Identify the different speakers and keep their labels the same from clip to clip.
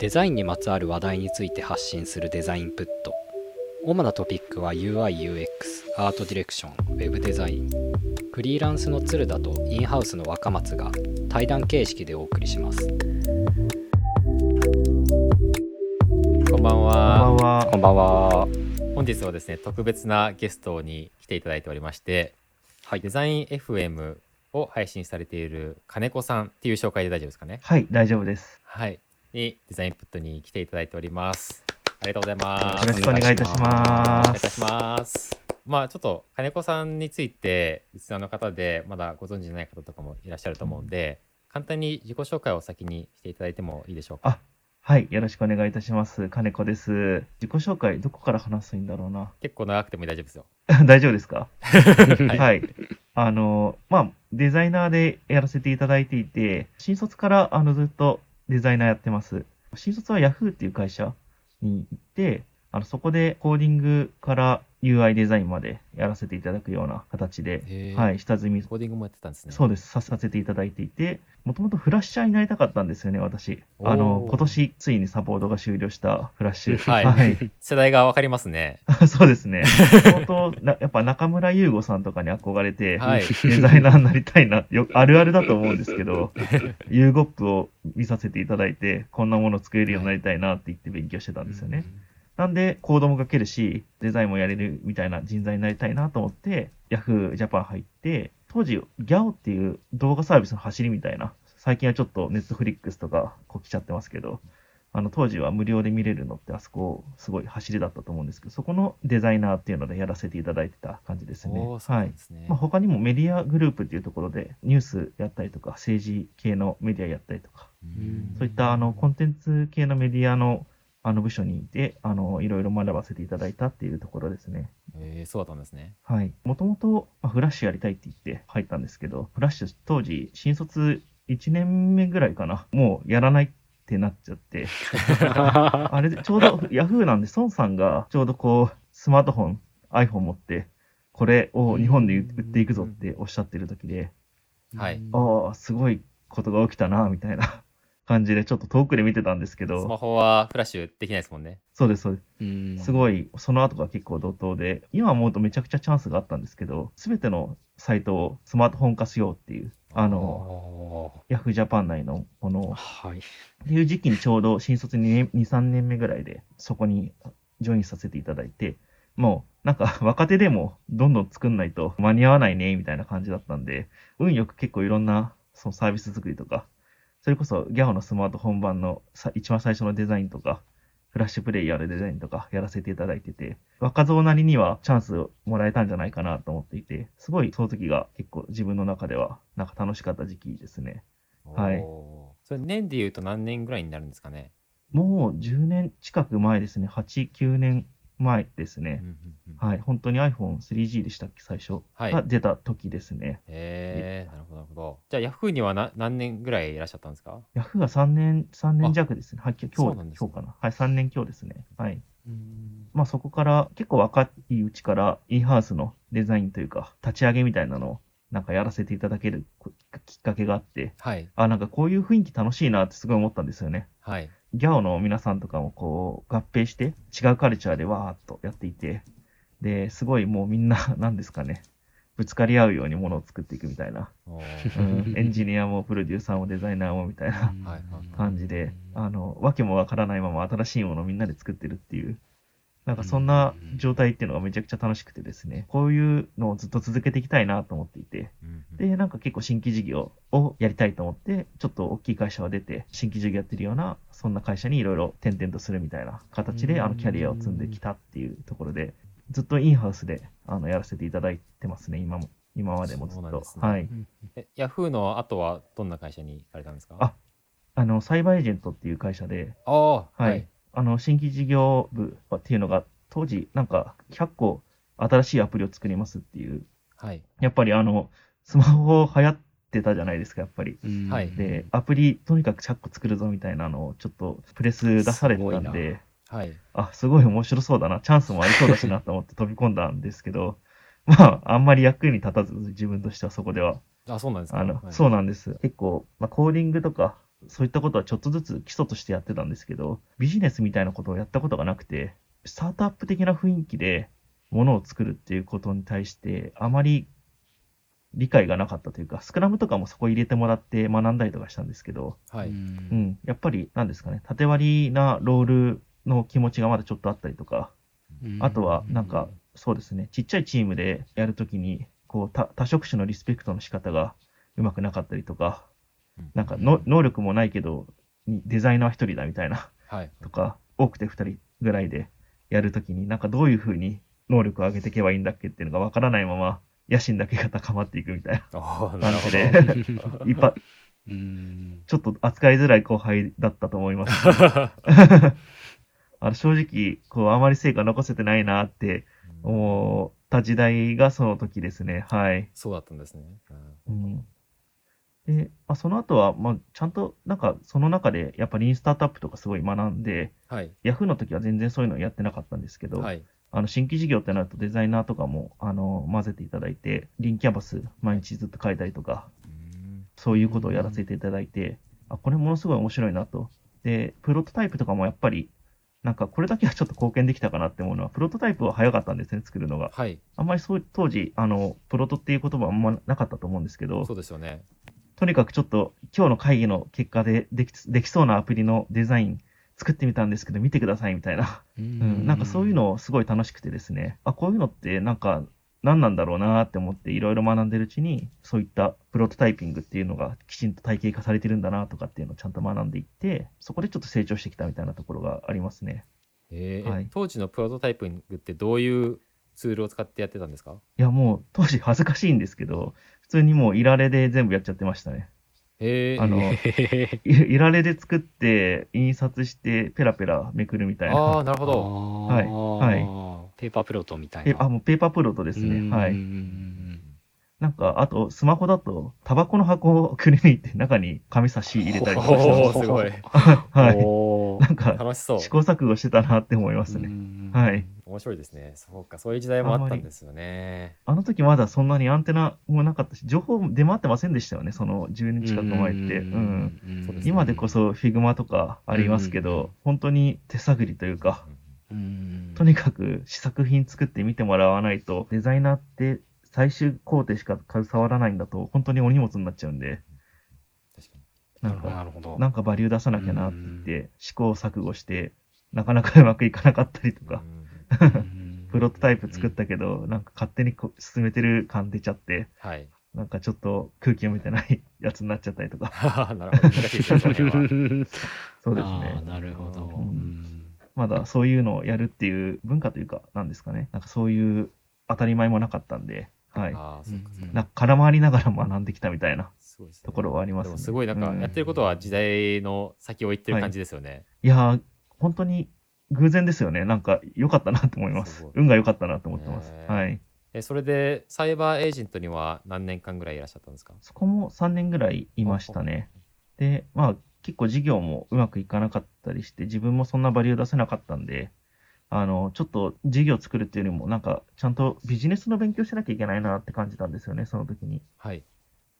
Speaker 1: デザインにまつわる話題について発信するデザインプット主なトピックは UIUX アートディレクションウェブデザインフリーランスの鶴田とインハウスの若松が対談形式でお送りします
Speaker 2: こんばん
Speaker 3: こんばん
Speaker 2: は。
Speaker 3: は。
Speaker 1: こんばんは
Speaker 2: 本日はですね、特別なゲストに来ていただいておりまして、
Speaker 1: はい
Speaker 2: デザイン FM を配信されている金子さんっていう紹介で大丈夫ですかね。
Speaker 3: はい、大丈夫です。
Speaker 2: はい。にデザインプットに来ていただいております。ありがとうござい
Speaker 3: よ
Speaker 2: ます。
Speaker 3: ろしくお願いいたし
Speaker 2: お願
Speaker 3: ま
Speaker 2: いいたし
Speaker 3: す。
Speaker 2: ます。まあちょっと金子さんについてリスナーの方でまだご存知ない方とかもいらっしゃると思うんで簡単に自己紹介を先にしていただいてもいいでしょうか
Speaker 3: あ、はい、よろしくお願いいたします。金子です。自己紹介、どこから話すんだろうな。
Speaker 2: 結構長くても大丈夫ですよ
Speaker 3: 大丈夫ですか
Speaker 2: は
Speaker 3: はい、
Speaker 2: い
Speaker 3: あの、まあ、デザイナーでやらせていただいていて、新卒からあのずっとデザイナーやってます。新卒は Yahoo っていう会社に行って、あのそこでコーディングから UI デザインまでやらせていただくような形で、
Speaker 2: へー
Speaker 3: はい、下積み
Speaker 2: コーディングもやってたんですね
Speaker 3: そうです、ささせていただいていて、もともとフラッシャーになりたかったんですよね、私。
Speaker 2: おー
Speaker 3: あの、今年ついにサポートが終了したフラッシュ。
Speaker 2: はい世代がわかりますね。
Speaker 3: い そうですね。本当な、やっぱ中村優吾さんとかに憧れて、
Speaker 2: はい。
Speaker 3: デザイナーになりたいな、よあるあるだと思うんですけど、ユーゴップを見させていただいて、こんなもの作れるようになりたいなって言って勉強してたんです よね。なんで、コードも書けるし、デザインもやれるみたいな人材になりたいなと思って、Yahoo Japan 入って、当時、GAO っていう動画サービスの走りみたいな、最近はちょっと Netflix とかこう来ちゃってますけど、あの当時は無料で見れるのってあそこすごい走りだったと思うんですけど、そこのデザイナーっていうのでやらせていただいてた感じですね。
Speaker 2: おーそうな
Speaker 3: は
Speaker 2: ん
Speaker 3: い
Speaker 2: で。すね
Speaker 3: まあ、他にもメディアグループっていうところでニュースやったりとか政治系のメディアやったりとか
Speaker 2: うん
Speaker 3: そういったあのコンテンツ系のメディアのあの部署にいてあのいろいろ学ばせていただいたっていうところですね。
Speaker 2: えーそうだったんですね。
Speaker 3: はい。もともとまあフラッシュやりたいって言って入ったんですけど、フラッシュ当時新卒1年目ぐらいかな。もうやらないってなっちゃって、あれでちょうど Yahoo なんで孫さんがちょうどこうスマートフォン、iPhone 持って、これを日本で売っていくぞっておっしゃってる時で、
Speaker 2: はい
Speaker 3: ああ、すごいことが起きたな、みたいな感じで、ちょっと遠くで見てたんですけ
Speaker 2: スマ
Speaker 3: ど、
Speaker 2: ホはフラッシュできないですもんね。
Speaker 3: そうです、そうで
Speaker 1: うん
Speaker 3: す。すごい、その後が結構怒涛で、今思うとめちゃくちゃチャンスがあったんですけど、すべてのサイトをスマートフォン化しようっていう、あの、
Speaker 1: お
Speaker 3: Yahoo Japan 内のもの
Speaker 1: ー
Speaker 3: を、
Speaker 1: はい
Speaker 3: っていう時期にちょうど新卒に2、3年目ぐらいで、そこにジョインさせていただいて、もう、なんか 若手でもどんどん作んないと間に合わないね、みたいな感じだったんで、運よく結構いろんなそのサービス作りとか、それこそ GAO のスマート本番のさ一番最初のデザインとか、フラッシュプレイヤーのデザインとかやらせていただいてて、若造なりにはチャンスをもらえたんじゃないかなと思っていて、すごいその時が結構自分の中ではなんか楽しかった時期ですね。はい
Speaker 2: おーそれ年で言うと何年ぐらいになるんですかね。
Speaker 3: もう10年近く前ですね。8、9年前ですね。はい。本当に iPhone3G でしたっけ、最初。
Speaker 2: はい
Speaker 3: が出た時ですね。
Speaker 2: えーなるほど、なるほど。じゃあ、ヤフーにはな何年ぐらいいらっしゃったんですか
Speaker 3: Yahoo が3年、3
Speaker 2: あ
Speaker 3: 年弱ですね。はい、今日、
Speaker 2: そうなんですね
Speaker 3: 今日かな。はい、3年強ですね。はい。まあそこから、結構若いうちから、インハウスのデザインというか、立ち上げみたいなのを、なんかやらせていただけるこきっかけがあって、
Speaker 2: はい。
Speaker 3: あ、なんかこういう雰囲気楽しいなってすごい思ったんですよね。
Speaker 2: はい。
Speaker 3: ギャオの皆さんとかもこう合併して違うカルチャーでわーっとやっていて、で、すごいもうみんな何ですかね、ぶつかり合うようにものを作っていくみたいな、
Speaker 2: おー
Speaker 3: うんエンジニアもプロデューサーもデザイナーもみたいな
Speaker 2: はいはい
Speaker 3: 感じで、あの、わけもわからないまま新しいものをみんなで作ってるっていう、なんかそんな状態っていうのがめちゃくちゃ楽しくてですね、こういうのをずっと続けていきたいなと思っていて、
Speaker 2: うんうん
Speaker 3: で、なんか結構新規事業をやりたいと思って、ちょっと大きい会社を出て、新規事業やってるような、そんな会社にいろいろ転々とするみたいな形
Speaker 1: う
Speaker 3: で、
Speaker 1: ん
Speaker 3: あの、キャリアを積んできたっていうところで、ずっとインハウスで、あの、やらせていただいてますね、今も。今までもずっ
Speaker 2: そうなん
Speaker 3: と。
Speaker 2: ですね
Speaker 3: はい。
Speaker 2: えヤフーの後はどんな会社に行かれたんですか
Speaker 3: ああの、サイバーエージェントっていう会社で、
Speaker 2: あー
Speaker 3: はい。あの、新規事業部っていうのが、当時、なんか、100個新しいアプリを作りますっていう、
Speaker 2: はい。
Speaker 3: やっぱりあの、スマホ流行ってたじゃないですか、やっぱり。
Speaker 1: うん
Speaker 2: はい
Speaker 3: で、アプリとにかく100個作るぞみたいなのをちょっとプレス出されてた
Speaker 1: す
Speaker 3: ん
Speaker 1: ごい。
Speaker 3: で、
Speaker 2: はい。
Speaker 3: あ、すごい面白そうだな、チャンスもありそうだしなと思って飛び込んだんですけど、 まあ、あんまり役に立たず、自分としてはそこでは。
Speaker 2: あ、そうなんですか
Speaker 3: あの、
Speaker 2: はい
Speaker 3: そうなんです。結構、まあ、コーディングとか、そういったことはちょっとずつ基礎としてやってたんですけど、ビジネスみたいなことをやったことがなくて、スタートアップ的な雰囲気で物を作るっていうことに対して、あまり理解がなかったというか、スクラムとかもそこ入れてもらって学んだりとかしたんですけど、
Speaker 2: はいう
Speaker 3: うんん、やっぱり、なんですかね、縦割りなロールの気持ちがまだちょっとあったりとか、あとは、なん か、そうですね、ちっちゃいチームでやるときに、こう多、多職種のリスペクトの仕方がうまくなかったりとか
Speaker 2: うん、
Speaker 3: なんかの、能力もないけど、にデザイナー一人だみたいな、
Speaker 2: はい。
Speaker 3: とか、多くて二人ぐらいでやるときに、なんかどういうふうに能力を上げていけばいいんだっけっていうのがわからないまま、野心だけが高まっていくみた い
Speaker 2: おーな
Speaker 3: な
Speaker 2: る
Speaker 3: 感
Speaker 2: ほ
Speaker 3: じ
Speaker 2: ど。
Speaker 3: で、一般、
Speaker 1: うん
Speaker 3: ちょっと扱いづらい後輩だったと思いま すしあの正直、こう、あまり成果残せてないなって
Speaker 2: うん
Speaker 3: 思った時代がその時ですね。はい。
Speaker 2: そうだったんですね。うん
Speaker 3: うん、で、まあ、その後は、まあ、ちゃんと、なんか、その中で、やっぱりインスタートアップとかすごい学んで、
Speaker 2: はい。
Speaker 3: Yahoo の時は全然そういうのやってなかったんですけど、
Speaker 2: はい。
Speaker 3: あの新規事業ってなるとデザイナーとかも、あの、混ぜていただいて、リンキャンバス毎日ずっと書いたりとか、
Speaker 2: うん
Speaker 3: そういうことをやらせていただいて、あ、これものすごい面白いなと。で、プロトタイプとかもやっぱり、なんかこれだけはちょっと貢献できたかなって思うのは、プロトタイプは早かったんですね、作るのが。
Speaker 2: はい。
Speaker 3: あんまりそう当時、あの、プロトっていう言葉はあんまなかったと思うんですけど
Speaker 2: そ、うですよね。
Speaker 3: とにかくちょっと今日の会議の結果でできできそうなアプリのデザイン作ってみたんですけど、見てくださいみたいな。うん、なんかそういうのすごい楽しくてですね、あ、こういうのってなんか何なんだろうなって思っていろいろ学んでるうちに、そういったプロトタイピングっていうのがきちんと体系化されてるんだなとかっていうのをちゃんと学んでいって、そこでちょっと成長してきたみたいなところがありますね。
Speaker 2: えー
Speaker 3: はい
Speaker 2: 当時のプロトタイピングってどういうツールを使ってやってたんですか
Speaker 3: いやもう当時恥ずかしいんですけど、 普通にもういられで全部やっちゃってましたね。
Speaker 2: えー
Speaker 3: あの
Speaker 2: え
Speaker 3: いいられで作って、印刷して、ペラペラめくるみたい
Speaker 2: ー
Speaker 3: な。
Speaker 2: あー、なるほ ど。
Speaker 3: はい
Speaker 1: はいペーパープロトみたい
Speaker 3: え
Speaker 1: な
Speaker 3: あ、もうペーパープロトです
Speaker 1: うん
Speaker 3: ね。は
Speaker 1: う
Speaker 3: い。
Speaker 1: ん
Speaker 3: なんか、あと、スマホだと、タバコの箱をくり抜いて中に紙差し入れたりとかしてま
Speaker 2: お
Speaker 3: し
Speaker 2: ーすごい。
Speaker 3: た。はい。
Speaker 1: お
Speaker 3: なんか、
Speaker 2: 楽しそう。
Speaker 3: 試行錯誤してたなって思いますね。
Speaker 1: ー
Speaker 3: はい。
Speaker 2: 面白いですね。そうか、そういう時代もあったんですよね。
Speaker 3: あの時まだそんなにアンテナもなかったし、情報も出回ってませんでしたよね、その10年近く前って。うん。
Speaker 2: そうですね
Speaker 3: 今でこそ Figma とかありますけ
Speaker 1: うん
Speaker 3: ど、本当に手探りというか、
Speaker 1: うん
Speaker 3: とにかく試作品作って見てもらわないと、デザイナーって最終工程しか携わらないんだと、本当にお荷物になっちゃうんで、
Speaker 2: 確かに
Speaker 3: なんか、
Speaker 1: なるほど
Speaker 3: なんかバリュー出さなきゃなって言って、試行錯誤して、なかなかうまくいかなかったりとか
Speaker 2: う、
Speaker 1: う
Speaker 2: ん
Speaker 1: ん
Speaker 3: プロトタイプ作ったけど、なんか勝手にこ進めてる感出ちゃって、
Speaker 2: はい。
Speaker 3: なんかちょっと空気読めてないやつになっちゃったり とか、
Speaker 2: なるほど。難しいですね、その辺は。
Speaker 3: そうです
Speaker 1: あー
Speaker 3: ね。
Speaker 1: なるほど
Speaker 3: うんまだそういうのをやるっていう文化というか、なんですかね。なんかそういう当たり前もなかったんで、はい。
Speaker 2: ああ、そうか、そう
Speaker 1: うん
Speaker 2: か。
Speaker 3: なんか絡まりながら学んできたみたいな
Speaker 2: すごいですね
Speaker 3: ところはあります
Speaker 2: で
Speaker 3: ね。
Speaker 2: もすごいなんか
Speaker 3: う
Speaker 2: やってることは時代の先を行ってる
Speaker 3: はい
Speaker 2: 感じですよね。
Speaker 3: いやー、本当に偶然ですよね。なんか良かったなと思いますす
Speaker 2: ごい。
Speaker 3: 運が良かったなと思ってます。
Speaker 2: へー
Speaker 3: はい。
Speaker 2: えそれでサイバーエージェントには何年間ぐらいいらっしゃったんですか
Speaker 3: そこも3年ぐらいいましたね。で、まあ結構事業もうまくいかなかったりして、自分もそんなバリュー出せなかったんで、あの、ちょっと事業作るっていうよりも、なんかちゃんとビジネスの勉強しなきゃいけないなって感じたんですよね、その時に。
Speaker 2: はい。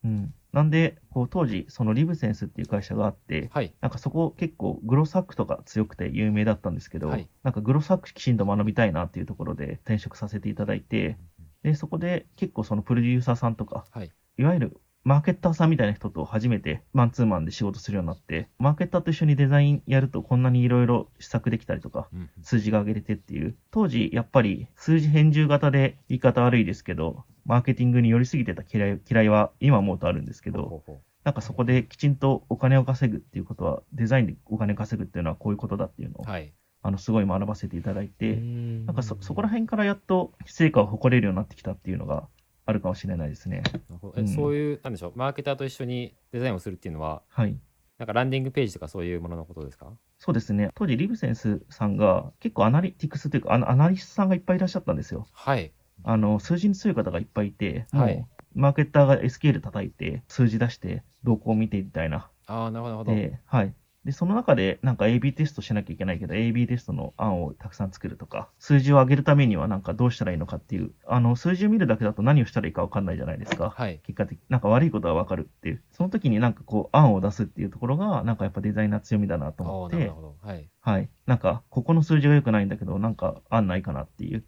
Speaker 3: うん。なんで、こう当時、そのリブセンスっていう会社があって、
Speaker 2: はい。
Speaker 3: なんかそこ結構グロサックとか強くて有名だったんですけど、
Speaker 2: はい
Speaker 3: なんかグロサックきちんと学びたいなっていうところで転職させていただいて、で、そこで結構そのプロデューサーさんとか、
Speaker 2: はい。
Speaker 3: いわゆるマーケッターさんみたいな人と初めてマンツーマンで仕事するようになって、マーケッターと一緒にデザインやるとこんなにいろいろ試作できたりとか、
Speaker 2: うん
Speaker 3: 数字が上げれてっていう、当時やっぱり数字編集型で言い方悪いですけど、マーケティングに寄りすぎてた嫌い嫌いは今思うとあるんですけど、
Speaker 2: ほうほうほ
Speaker 3: なんかそこできちんとお金を稼ぐっていうことは、デザインでお金を稼ぐっていうのはこういうことだっていうのを、
Speaker 2: うはい。
Speaker 3: あの、すごい学ばせていただいて、
Speaker 1: な
Speaker 3: なんかそ、そこら辺からやっと成果を誇れるようになってきたっていうのがあるかもしれないですね。
Speaker 2: なるほどえ
Speaker 3: うん
Speaker 2: そういう、なんでしょう、マーケターと一緒にデザインをするっていうのは、
Speaker 3: はい。
Speaker 2: なんかランディングページとかそういうもののことですか
Speaker 3: そうですね。当時、リブセンスさんが結構アナリティクスというか、あのアナリストさんがいっぱいいらっしゃったんですよ。
Speaker 2: はい。
Speaker 3: あの、数字に強い方がいっぱいいて、もう
Speaker 2: はい
Speaker 3: マーケッターが SQL 叩いて、数字出して、動向を見てみたいな。
Speaker 2: ああ、なるほど。なるほど
Speaker 3: で、はい。で、その中でなんか AB テストしなきゃいけないけど、AB テストの案をたくさん作るとか、数字を上げるためにはなんかどうしたらいいのかっていう、あの、数字を見るだけだと何をしたらいいかわかんないじゃないですか。
Speaker 2: はい。
Speaker 3: 結果的なんか悪いことはわかるっていう、その時になんかこう案を出すっていうところが、なんかやっぱデザイナー強みだなと
Speaker 2: あ
Speaker 3: 思
Speaker 2: あ、
Speaker 3: っ
Speaker 2: なる
Speaker 3: て、
Speaker 2: ほど。はい。
Speaker 3: はい。なんか、ここの数字が良くないんだけど、なんか案ないかなっていう。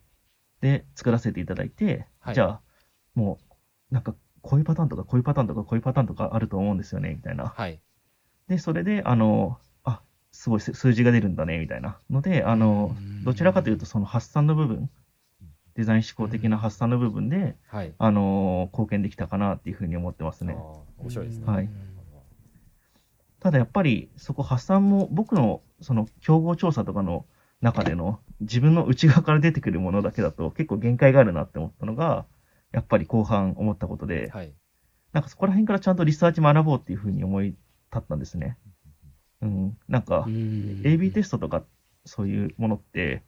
Speaker 3: で、作らせていただいて、
Speaker 2: はい
Speaker 3: じゃあ、もう、なんか、こういうパターンとか、こういうパターンとか、こういうパターンとかあると思うんですよね、みたいな。
Speaker 2: はい。
Speaker 3: で、それで、あの、あ、すごい数数字が出るんだね、みたいな。ので、あの、どちらかというと、その発散の部分、デザイン思考的な発散の部分で、
Speaker 2: はい。
Speaker 3: あの、貢献できたかなっていうふうに思ってます
Speaker 2: ああ
Speaker 3: ね。
Speaker 2: 面白いですね。
Speaker 3: はい
Speaker 1: うん
Speaker 3: ただやっぱり、そこ発散も、僕の、その、競合調査とかの中での、自分の内側から出てくるものだけだと、結構限界があるなって思ったのが、やっぱり後半思ったことで、
Speaker 2: はい。
Speaker 3: なんかそこら辺からちゃんとリサーチ学ぼうっていうふうに思い立ったんですね。うん、なんか
Speaker 1: う、ん
Speaker 3: AB テストとかそういうものって、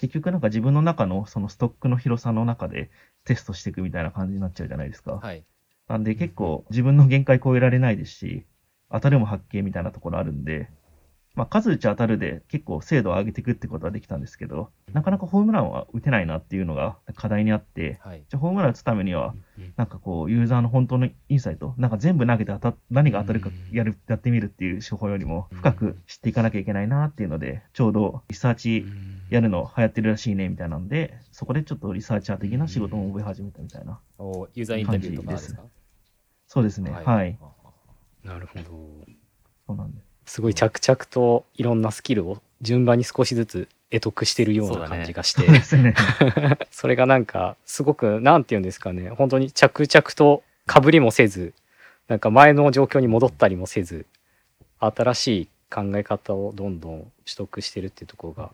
Speaker 3: 結局なんか自分の中のそのストックの広さの中でテストしていくみたいな感じになっちゃうじゃないですか。
Speaker 2: はい。
Speaker 3: なんで結構自分の限界超えられないですし、当たるも発見みたいなところあるんで、まあ数打ち当たるで結構精度を上げていくってことはできたんですけど、なかなかホームランは打てないなっていうのが課題にあって、
Speaker 2: はい。
Speaker 3: じゃあホームラン打つためには
Speaker 1: うん、
Speaker 3: なんかこうユーザーの本当のインサイト、なんか全部投げて当た何が当たるかやる、やってみるっていう手法よりも深く知っていかなきゃいけないなっていうので、ちょうどリサーチやるの流行ってるらしいねみたいなんで、そこでちょっとリサーチャー的な仕事も覚え始めたみたいな。
Speaker 2: おユーザーインタビューとかですか
Speaker 3: そうですね。はい。
Speaker 2: ああ
Speaker 1: なるほど
Speaker 3: そうなんです。
Speaker 1: すごい着々といろんなスキルを順番に少しずつ得得してるよう
Speaker 2: そう
Speaker 1: な
Speaker 2: だね
Speaker 1: 感じがし
Speaker 3: そ
Speaker 1: て
Speaker 3: うですね。
Speaker 1: それがなんかすごくなんて言うんですかね本当に着々とかぶりもせずなんか前の状況に戻ったりもせず新しい考え方をどんどん取得してるっていうところが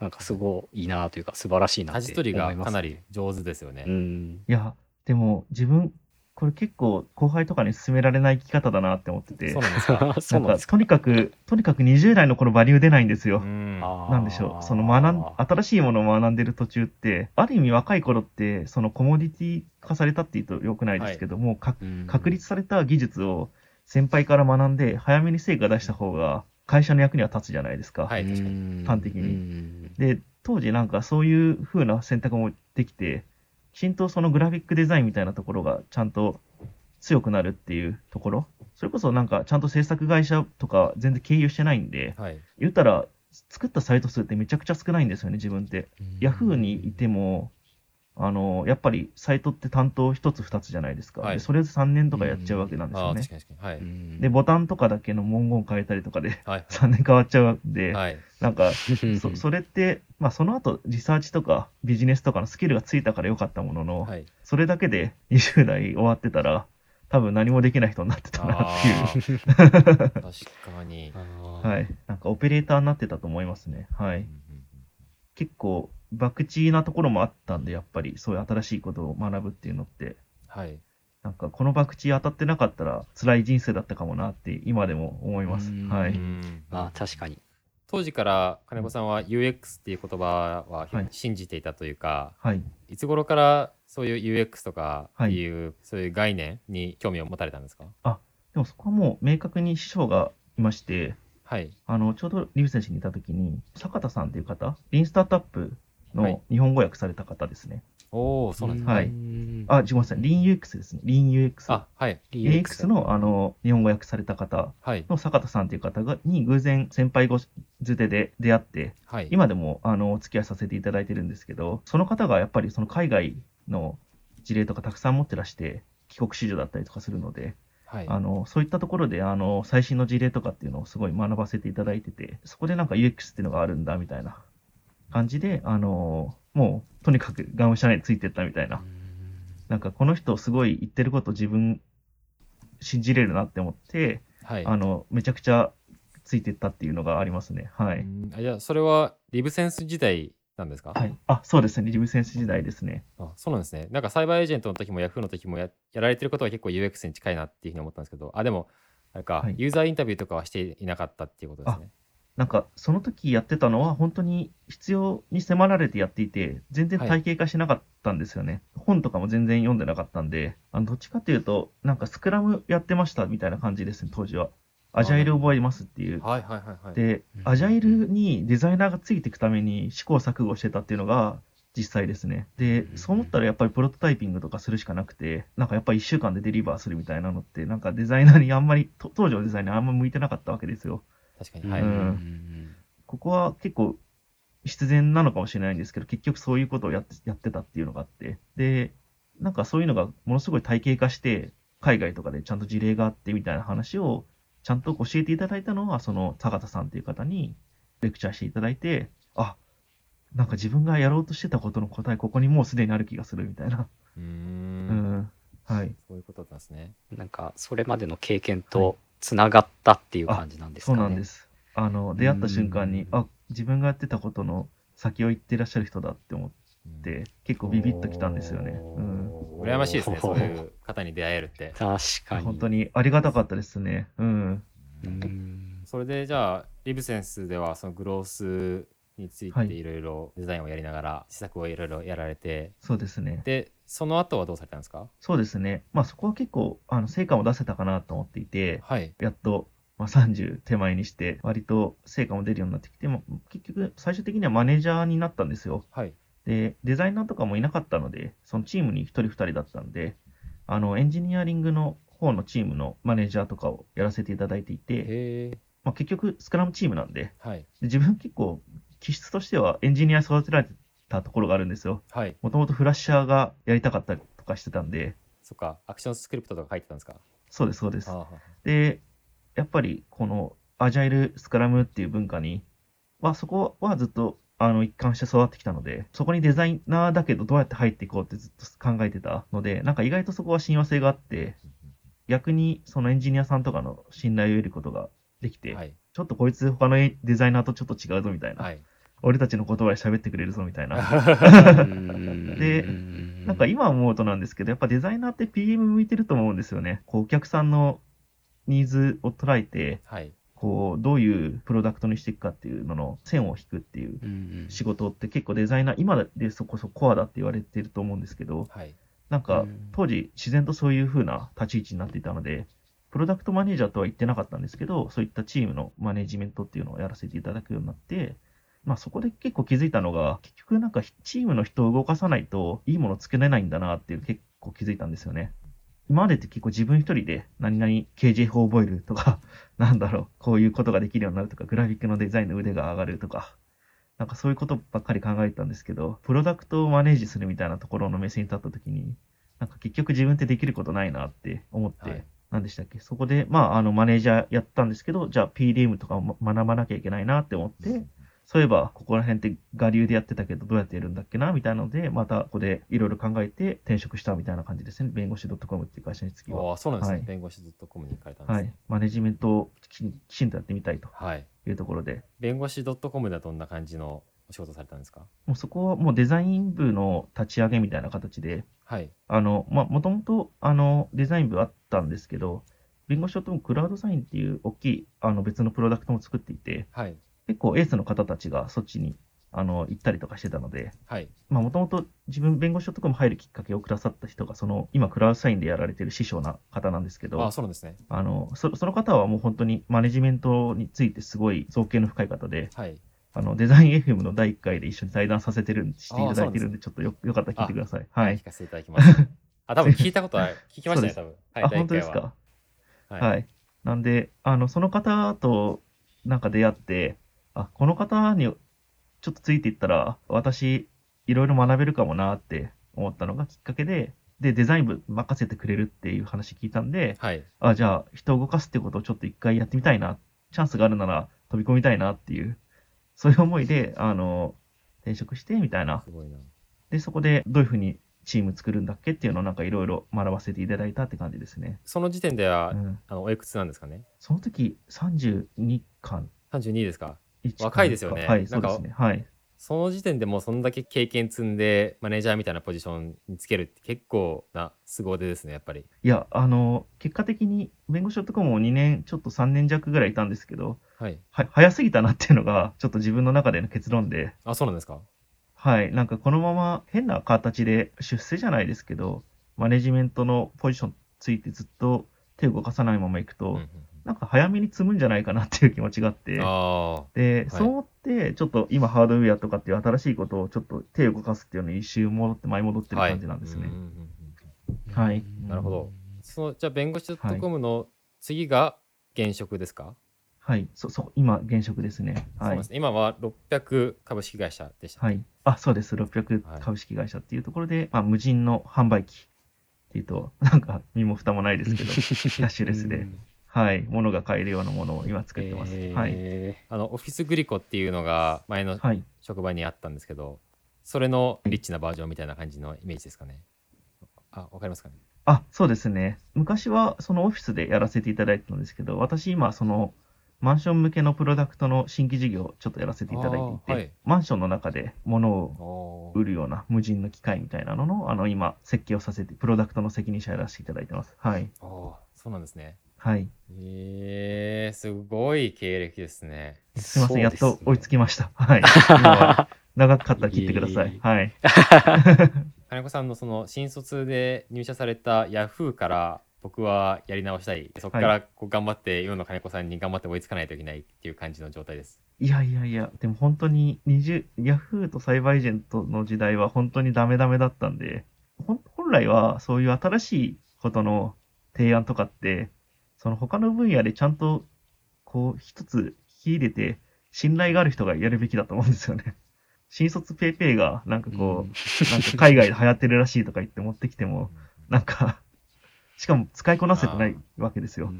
Speaker 1: なんかすごいなというか素晴らしいなっ
Speaker 2: 舵
Speaker 1: て思
Speaker 2: 取りが
Speaker 1: います
Speaker 2: かなり上手ですよね。
Speaker 1: うん
Speaker 3: いや、でも自分、これ結構後輩とかに勧められない生き方だなって思ってて、
Speaker 2: そうなんですか。
Speaker 1: あ そうなん
Speaker 3: なん
Speaker 1: で
Speaker 3: か
Speaker 1: すか
Speaker 3: とにかく、とにかく20代の頃バリュー出ないんですよ。
Speaker 2: うん
Speaker 1: あー
Speaker 3: なんでしょう、その学ん、新しいものを学んでる途中って、ある意味若い頃って、そのコモディティ化されたって言うと良くないですけども、か
Speaker 1: うん
Speaker 3: 確立された技術を先輩から学んで、早めに成果出した方が、会社の役には立つじゃないですか。
Speaker 2: はい、確かに。
Speaker 1: うん
Speaker 3: 端的に
Speaker 1: うん
Speaker 3: で、当時なんかそういう風な選択もできて、きちんとそのグラフィックデザインみたいなところがちゃんと強くなるっていうところ、それこそなんかちゃんと制作会社とか全然経由してないんで、
Speaker 2: はい。
Speaker 3: 言ったら作ったサイト数ってめちゃくちゃ少ないんですよね、自分って。ヤフーにいても、あの、やっぱりサイトって担当1つ2つじゃないですか。
Speaker 2: はい
Speaker 3: でそれで3年とかやっちゃうわけなんです
Speaker 2: あ
Speaker 3: よ
Speaker 2: あ、
Speaker 3: ね
Speaker 2: 確。かに確かに。はい。
Speaker 1: うん
Speaker 3: で、ボタンとかだけの文言変えたりとかで
Speaker 2: はい。
Speaker 3: 3年変わっちゃうんで、
Speaker 2: はい。
Speaker 3: なんかそそれって、まあ、その後リサーチとかビジネスとかのスキルがついたから良かったものの、
Speaker 2: はい。
Speaker 3: それだけで20代終わってたら、多分何もできない人になってたなっていう、
Speaker 2: あー確かに。
Speaker 1: は
Speaker 3: はいい、なんかオペレーターになってたと思いますね。は
Speaker 2: うんう
Speaker 3: い
Speaker 2: ん、うん
Speaker 3: 結構、博打なところもあったんで、やっぱりそういう新しいことを学ぶっていうのって、
Speaker 2: はい。
Speaker 3: なんかこの博打当たってなかったら、辛い人生だったかもなって、今でも思います
Speaker 1: う。ん
Speaker 3: は
Speaker 2: う
Speaker 3: い、
Speaker 2: ん
Speaker 1: まあ確かに
Speaker 2: 当時から金子さんは UX っていう言葉は
Speaker 3: はい
Speaker 2: 信じていたというか、
Speaker 3: はい、
Speaker 2: いつ頃からそういう UX とかっ
Speaker 3: は
Speaker 2: て
Speaker 3: い
Speaker 2: いう、そういう概念に興味を持たれたんですか
Speaker 3: でもそこはもう明確に師匠がいまして、
Speaker 2: はい。
Speaker 3: あの、ちょうどリブ選手にいたときに、坂田さんという方、リーンスタートアップ
Speaker 2: はい
Speaker 3: の日本語訳された方ですね。
Speaker 2: おお、そうなんですね。
Speaker 3: はい
Speaker 1: うん
Speaker 3: あ、ごめんなさい、リーン UX ですね。リーン UX。
Speaker 2: あ、はい。
Speaker 3: リーン UX のあの日本語訳された方
Speaker 2: はい。
Speaker 3: の坂田さんという方がに偶然先輩ごづてで出会って、
Speaker 2: はい。
Speaker 3: 今でもあのお付き合いさせていただいてるんですけど、その方がやっぱりその海外の事例とかたくさん持ってらして、帰国子女だったりとかするので、
Speaker 2: はい。
Speaker 3: あのそういったところであの最新の事例とかっていうのをすごい学ばせていただいてて、そこでなんか UX っていうのがあるんだみたいな感じで、あのもうとにかくがむしゃらについてったみたいな、なんかこの人、すごい言ってること自分信じれるなって思って、
Speaker 2: はい。
Speaker 3: あのめちゃくちゃついてったっていうのがありますね。は
Speaker 2: う
Speaker 3: い、
Speaker 2: んあじゃあ、それはリブセンス時代なんですか
Speaker 3: はい、あそうですね、リブセンス時代ですね。
Speaker 2: あそうなんですね。なんかサイバーエージェントの時も Yahoo の時もややられてることは結構 UX に近いなっていうふうに思ったんですけど、あ、でも、なんか、
Speaker 3: はい
Speaker 2: ユーザーインタビューとかはしていなかったっていうことですね。
Speaker 3: なんかその時やってたのは、本当に必要に迫られてやっていて、全然体系化しなかったんですよね。本とかも全然読んでなかったんで、あのどっちかというと、なんかスクラムやってましたみたいな感じですね、当時は。アジャイル覚えますっていう。
Speaker 2: はいはいはいはい。
Speaker 3: で
Speaker 1: う、ん
Speaker 3: アジャイルにデザイナーがついていくために試行錯誤してたっていうのが実際ですね。で、そう思ったらやっぱりプロトタイピングとかするしかなくて、なんかやっぱり1週間でデリバーするみたいなのって、なんかデザイナーにあんまり、と当時のデザイナーにあんま向いてなかったわけですよ。
Speaker 2: 確かに。はい。
Speaker 1: う
Speaker 3: うんんここは結構必然なのかもしれないんですけど、結局そういうことをやってやってたっていうのがあって、で、なんかそういうのがものすごい体系化して、海外とかでちゃんと事例があってみたいな話をちゃんと教えていただいたのは、その坂田さんという方にレクチャーしていただいて、あなんか自分がやろうとしてたことの答え、ここにもうすでにある気がするみたいな。
Speaker 2: うー。
Speaker 3: うんん。はい。
Speaker 2: そういうことだったんですね。
Speaker 1: なんかそれまでの経験とつながったっていう感じなんですか
Speaker 3: そう
Speaker 1: ね。
Speaker 3: なんです。あの、出会った瞬間に
Speaker 1: う、ん
Speaker 3: あ自分がやってたことの先を行ってらっしゃる人だって思
Speaker 2: うん
Speaker 3: って、結構ビビッときたんですよね。うん。
Speaker 2: 羨ましいですね。そういう方に出会えるって。
Speaker 1: 確かに。
Speaker 3: 本当にありがたかったですね。うん。
Speaker 1: うん
Speaker 2: それでじゃあ、リブセンスではそのグロースについ
Speaker 3: は
Speaker 2: て
Speaker 3: い
Speaker 2: いろいろデザインをやりながら、試作をいろいろやられて、
Speaker 3: そうですね。
Speaker 2: で、その後はどうされたんですか
Speaker 3: そうですね。まあそこは結構、あの、成果も出せたかなと思っていて、
Speaker 2: はい。
Speaker 3: やっと、まあ、30手前にして、割と成果も出るようになってきて、まあ結局、最終的にはマネージャーになったんですよ。
Speaker 2: はい。
Speaker 3: で、デザイナーとかもいなかったので、そのチームに1人2人だったんで、あの、エンジニアリングの方のチームのマネージャーとかをやらせていただいていて、
Speaker 2: へえ。
Speaker 3: まあ、結局、スクラムチームなんで、
Speaker 2: はい。
Speaker 3: 自分結構、気質としてはエンジニア育てられたところがあるんですよ。
Speaker 2: はい。
Speaker 3: もともとフラッシャーがやりたかったりとかしてたんで、
Speaker 2: そっか、アクションスクリプトとか書いてたんですか
Speaker 3: そうです、そうです
Speaker 2: あ。あ
Speaker 3: で、やっぱりこのアジャイル、スクラムっていう文化に、まあ、そこはずっとあの一貫して育ってきたので、そこにデザイナーだけどどうやって入っていこうってずっと考えてたので、なんか意外とそこは親和性があって、逆にそのエンジニアさんとかの信頼を得ることができて、
Speaker 2: はい。
Speaker 3: ちょっとこいつ他のデザイナーとちょっと違うぞみたいな、
Speaker 2: はい。
Speaker 3: 俺たちの言葉で喋ってくれるぞみたいな、で
Speaker 1: うん
Speaker 3: なんか今思うとなんですけど、やっぱデザイナーって PM 向いてると思うんですよね。こうお客さんのニーズを捉えて、
Speaker 2: はい。
Speaker 3: こうどういうプロダクトにしていくかっていうのの線を引くっていう
Speaker 1: うん
Speaker 3: 仕事って結構デザイナー、今でそこそこコアだって言われてると思うんですけど、
Speaker 2: はい。
Speaker 3: なん
Speaker 1: う
Speaker 3: か
Speaker 1: ん
Speaker 3: 当時自然とそういう風な立ち位置になっていたので、プロダクトマネージャーとは言ってなかったんですけど、そういったチームのマネジメントっていうのをやらせていただくようになって、まあそこで結構気づいたのが、結局なんかチームの人を動かさないといいもの作れないんだなっていう結構気づいたんですよね。今までって結構自分一人で何々 KJ 法を覚えるとか、 なんだろう、こういうことができるようになるとか、グラフィックのデザインの腕が上がるとか、なんかそういうことばっかり考えてたんですけど、プロダクトをマネージするみたいなところの目線に立った時に、なんか結局自分ってできることないなって思って、
Speaker 2: はい
Speaker 3: 何でしたっけそこで、まあ、あの、マネージャーやったんですけど、じゃあ PDM とかも学ばなきゃいけないなって思って、そういえば、ここら辺って我流でやってたけど、どうやってやるんだっけなみたいなので、またここでいろいろ考えて転職したみたいな感じですね。弁護士 .com っていう会社に次は。
Speaker 2: ああ、そうなんですね。
Speaker 3: はい
Speaker 2: 弁護士 .com に行かれたんです
Speaker 3: は
Speaker 2: ね
Speaker 3: い。。マネジメントをきちんきちんとやってみたいと
Speaker 2: はい。
Speaker 3: いうところで、
Speaker 2: 弁護士 .com ではどんな感じのお仕事されたんですか
Speaker 3: もうそこはもうデザイン部の立ち上げみたいな形で、
Speaker 2: はい。
Speaker 3: あの、まあ、もともと、あの、デザイン部あったんですけど、弁護士ともクラウドサインっていう大きい、あの、別のプロダクトも作っていて、
Speaker 2: はい。
Speaker 3: 結構エースの方たちがそっちに、あの、行ったりとかしてたので、
Speaker 2: はい。
Speaker 3: まあ、もともと自分、弁護士とかも入るきっかけをくださった人が、その、今、クラウドサインでやられてる師匠な方なんですけ
Speaker 2: あ
Speaker 3: ど
Speaker 2: あ、、そうなんですね。
Speaker 3: あの、そその方はもう本当にマネジメントについてすごい造形の深い方で、
Speaker 2: はい。
Speaker 3: あの、デザイン FM の第1回で一緒に対談させてるん、していただいてるんで、ちょっとよ、よかったら聞いてください。はい
Speaker 2: 聞。かせていただきます。 あ、多分聞いたことは、聞きましたね、多
Speaker 3: そ
Speaker 2: 分。はい、
Speaker 3: あ、
Speaker 2: 第一
Speaker 3: 本当
Speaker 2: 回
Speaker 3: で
Speaker 2: は
Speaker 3: すか
Speaker 2: はい。
Speaker 3: はい。なんで、あの、その方となんか出会って、あ、この方にちょっとついていったら、私、いろいろ学べるかもなって思ったのがきっかけで、で、デザイン部任せてくれるっていう話聞いたんで、
Speaker 2: はい。
Speaker 3: あ、じゃあ、人を動かすってことをちょっと一回やってみたいな、チャンスがあるなら飛び込みたいなっていう、そういう思いで、あの、転職してみたいな。
Speaker 2: すごいな。
Speaker 3: で、そこでどういうふうにチーム作るんだっけっていうのをなんかいろいろ学ばせていただいたって感じですね。
Speaker 2: その時点では、
Speaker 3: うん。
Speaker 2: あの、おいくつなんですかね
Speaker 3: その時32巻
Speaker 2: ?32 ですか
Speaker 3: 一
Speaker 2: 若いですよね
Speaker 3: はい、
Speaker 2: な
Speaker 3: そ
Speaker 2: ん
Speaker 3: う
Speaker 2: か
Speaker 3: ですね。はい。
Speaker 2: その時点でもうそんだけ経験積んで、マネージャーみたいなポジションにつけるって結構な凄腕ですね、やっぱり。
Speaker 3: いや、あの、結果的に弁護士とかも2年、ちょっと3年弱ぐらいいたんですけど、
Speaker 2: はい。
Speaker 3: は早すぎたなっていうのが、ちょっと自分の中での結論で、
Speaker 2: あ、そうなんですか
Speaker 3: はい、なんかこのまま変な形で出世じゃないですけど、マネジメントのポジションついてずっと手を動かさないままいくと、
Speaker 2: うんうんうん
Speaker 3: なんか早めに積むんじゃないかなっていう気持ちがあって、
Speaker 2: あ
Speaker 3: で、
Speaker 2: い
Speaker 3: そう思って、ちょっと今ハードウェアとかっていう新しいことをちょっと手を動かすっていうのに一周戻って舞い戻っ
Speaker 2: あ。
Speaker 3: てる
Speaker 2: はい
Speaker 3: 感じなんですね。
Speaker 2: うううん
Speaker 3: はい
Speaker 2: なるほど。そのじゃあ、弁護士 .com の次が現職ですか、
Speaker 3: はい、そ、そ、今、現職ですね。
Speaker 2: そう
Speaker 3: はい
Speaker 2: で。すね今は600株式会社でしたっけ。
Speaker 3: はい。あ、そうです。
Speaker 2: はい
Speaker 3: 600株式会社っていうところで、まあ、無人の販売機っていうと、なんか身も蓋もないですけ ど、キャッシュレスで、はい、物が買えるようなものを今作ってます。はい。
Speaker 1: え
Speaker 2: あのオフィスグリコっていうのが前の
Speaker 3: はい。
Speaker 2: 職場にあったんですけど、それのリッチなバージョンみたいな感じのイメージですかね。あ、わかりますかね。
Speaker 3: あ、そうですね。昔はそのオフィスでやらせていただいてたんですけど、私今、その、マンション向けのプロダクトの新規事業をちょっとやらせていただいていて、
Speaker 2: あーはい
Speaker 3: マンションの中で物を
Speaker 2: お
Speaker 3: 売るような無人の機械みたいなのの、あの、今、設計をさせて、プロダクトの責任者やらせていただいてます。はい。
Speaker 2: お、そうなんですね。
Speaker 3: はい。
Speaker 2: えー、すごい経歴ですね。
Speaker 1: ー
Speaker 3: すいません、やっ
Speaker 1: そうで
Speaker 3: と
Speaker 1: すね
Speaker 3: 追いつきました。 はい。今は長かったら切ってくださ
Speaker 1: いえいえ
Speaker 3: い。はい。
Speaker 2: 金子さんのその新卒で入社されたヤフーから僕はやり直したいそこからこう頑張って今の金子さんに頑張って追いつかないといけないっていう感じの状態です。
Speaker 3: いやいやいや、でも本当に20、ヤフーとサイバーエージェントの時代は本当にダメダメだったんで、ほん本来はそういう新しいことの提案とかって、その他の分野でちゃんとこう一つ引き入れて信頼がある人がやるべきだと思うんですよね。新卒ペイペイがなんかこう、なんか海外で流行ってるらしいとか言って持ってきても、なんか、しかも使いこなせてないわけですよ。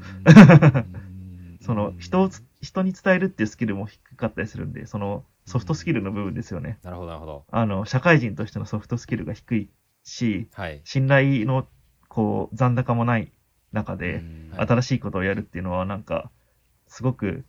Speaker 3: その人をつ人に伝えるっていうスキルも低かったりするんで、そのソフトスキルの部分ですよね。
Speaker 2: なるほどなるほど。
Speaker 3: あの、社会人としてのソフトスキルが低いし、
Speaker 2: はい。
Speaker 3: 信頼のこう残高もない中で、
Speaker 2: はい
Speaker 3: 新しいことをやるっていうのはなんか、すごく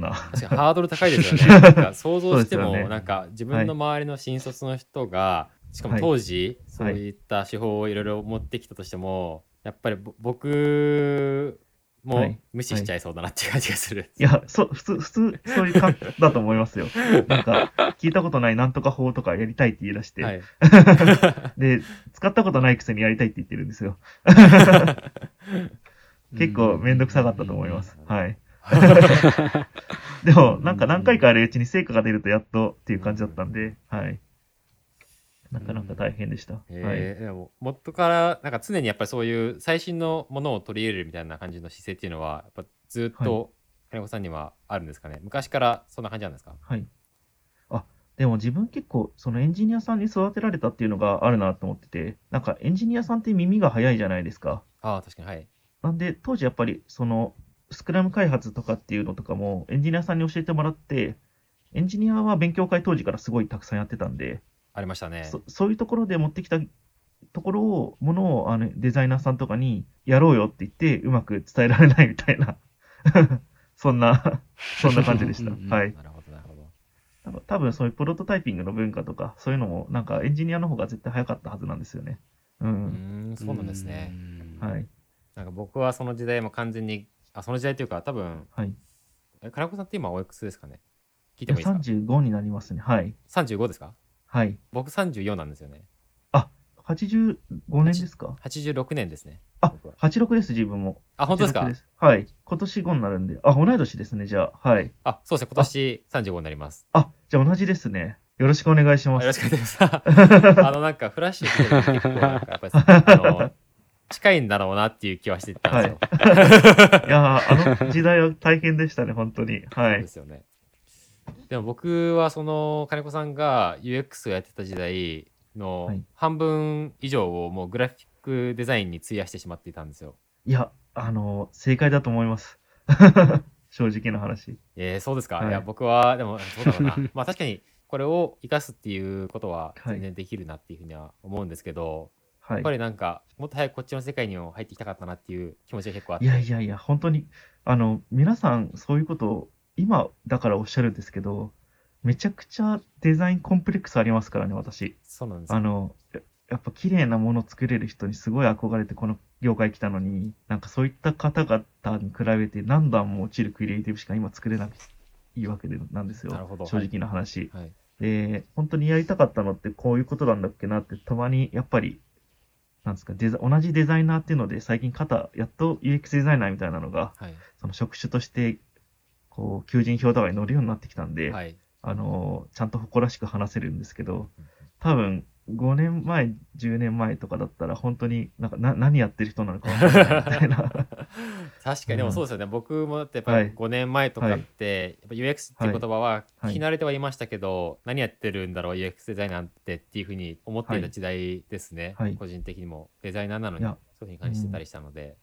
Speaker 3: な。
Speaker 2: 確かにハードル高いですよね。なんか想像して
Speaker 3: そう
Speaker 2: も
Speaker 3: ですよね
Speaker 2: なんか自分の周りの新卒の人がしかも当時そういった手法をいろいろ持ってきたとしてもやっぱりぼ僕
Speaker 3: は
Speaker 2: も
Speaker 3: い
Speaker 2: 無視しちゃいそうだなっていう感じがする。
Speaker 3: いや、そ、普通、普通、そういう感だと思いますよ。なんか、聞いたことないなんとか法とかやりたいって言い出して、
Speaker 2: はい。
Speaker 3: で、使ったことないくせにやりたいって言ってるんですよ。結構めんどくさかったと思います。 はい。でも、なんか何回かあるうちに成果が出るとやっとっていう感じだったんで、はい。なかなか大変でした。はい。
Speaker 2: えーでももっとからなんか常にやっぱりそういう最新のものを取り入れるみたいな感じの姿勢っていうのはやっぱずっと金子さんにはあるんですかね、昔からそんな感じなんですか
Speaker 3: はい。あ、でも自分結構、そのエンジニアさんに育てられたっていうのがあるなと思ってて、なんかエンジニアさんって耳が早いじゃないですか。
Speaker 2: ああ確かにはい
Speaker 3: なんで、当時やっぱり、その、スクラム開発とかっていうのとかも、エンジニアさんに教えてもらって、エンジニアは勉強会当時からすごいたくさんやってたんで、
Speaker 2: ありましたね
Speaker 3: そそういうところで持ってきたところを、ものをあのデザイナーさんとかにやろうよって言って、うまく伝えられないみたいな、 そんな、そんな感じでした。
Speaker 1: うんうんうん
Speaker 3: はい。
Speaker 2: なるほどなるほど
Speaker 3: 多分多分そういうプロトタイピングの文化とか、そういうのも、なんかエンジニアの方が絶対早かったはずなんですよね。う。
Speaker 2: うんーんそうなんですね、
Speaker 1: い。
Speaker 3: はい。
Speaker 2: なんか僕はその時代も完全にあその時代というか多分
Speaker 3: はい。
Speaker 2: え金子さんって今おいくつですかね聞いてもいいです
Speaker 3: 35になりますね。はい。
Speaker 2: か35ですか
Speaker 3: はい。
Speaker 2: 僕34なんですよね
Speaker 3: 85年ですか
Speaker 2: 86年ですね
Speaker 3: あ
Speaker 2: 僕は、
Speaker 3: 86です、自分も。
Speaker 2: あ本当ですか
Speaker 3: 86はい。今年5になるんで。あ、同い年ですね、じゃあ。はい。
Speaker 2: あそうですね今年35になります
Speaker 3: あ、じゃあ同じですね。よろしくお願いしま
Speaker 2: あよろし
Speaker 3: す。
Speaker 2: くお願いします。 あの、なんか、フラッシュしてる時結構、なんか、やっぱり、あの、近いんだろうなっていう気はしてたんですよ。
Speaker 3: いやー、あの時代は大変でしたね、本当に。は
Speaker 2: そう
Speaker 3: い
Speaker 2: で。すよね。でも僕は、その、金子さんが UX をやってた時代の
Speaker 3: はい
Speaker 2: 半分以上をもうグラフィックデザインに費やしてしまっていたんですよ。
Speaker 3: いや、あのー正解だと思います。 正直な話。
Speaker 2: えー、そうですか。
Speaker 3: はい
Speaker 2: い、や、僕は、でも、そうだろう な。まあ、確かに、これを生かすっていうことは
Speaker 3: はい
Speaker 2: 全然できるなっていうふうには思うんですけど、
Speaker 3: は
Speaker 2: や
Speaker 3: い
Speaker 2: っぱ。りなんか、もっと早くこっちの世界にも入っていきたかったなっていう気持ちが結構あって。
Speaker 3: いやいやいや、本当に、あの、皆さんそういうことを今だからおっしゃるんですけど、めちゃくちゃデザインコンプレックスありますからね、私。
Speaker 2: そうなんですよ
Speaker 3: あの、ややっぱ綺麗なものを作れる人にすごい憧れてこの業界来たのに、なんかそういった方々に比べて何段も落ちるクリエイティブしか今作れなくいいわけでなんです
Speaker 2: なる
Speaker 3: よ。
Speaker 2: ほど。
Speaker 3: 正直な話。
Speaker 2: はい。
Speaker 3: で、本当にやりたかったのってこういうことなんだっけなってたまにやっぱりなんですか、デザ同じデザイナーっていうので、最近肩、やっと UX デザイナーみたいなのが、
Speaker 2: はい。
Speaker 3: その職種として、こう、求人票とかに載るようになってきたんで、
Speaker 2: はい。
Speaker 3: あのーちゃんと誇らしく話せるんですけど、多分、5年前、10年前とかだったら、本当になんかな何やってる人なのかわかんないみたいな。
Speaker 2: 確かにでもそうですよね、僕もだってやっぱ
Speaker 3: は
Speaker 2: り
Speaker 3: い
Speaker 2: 5年前とかって、やっぱ UX っていう言葉は
Speaker 3: は
Speaker 2: 聞
Speaker 3: い
Speaker 2: き慣れてはいましたけど、何やってるんだろう UX デザイナーってっていうふうに思ってい
Speaker 3: は
Speaker 2: た
Speaker 3: い
Speaker 2: 時代ですね、
Speaker 3: はい
Speaker 2: 個人的にもデザイナーなの
Speaker 3: い
Speaker 2: に
Speaker 3: や
Speaker 2: そういうふうに感じてたりしたので、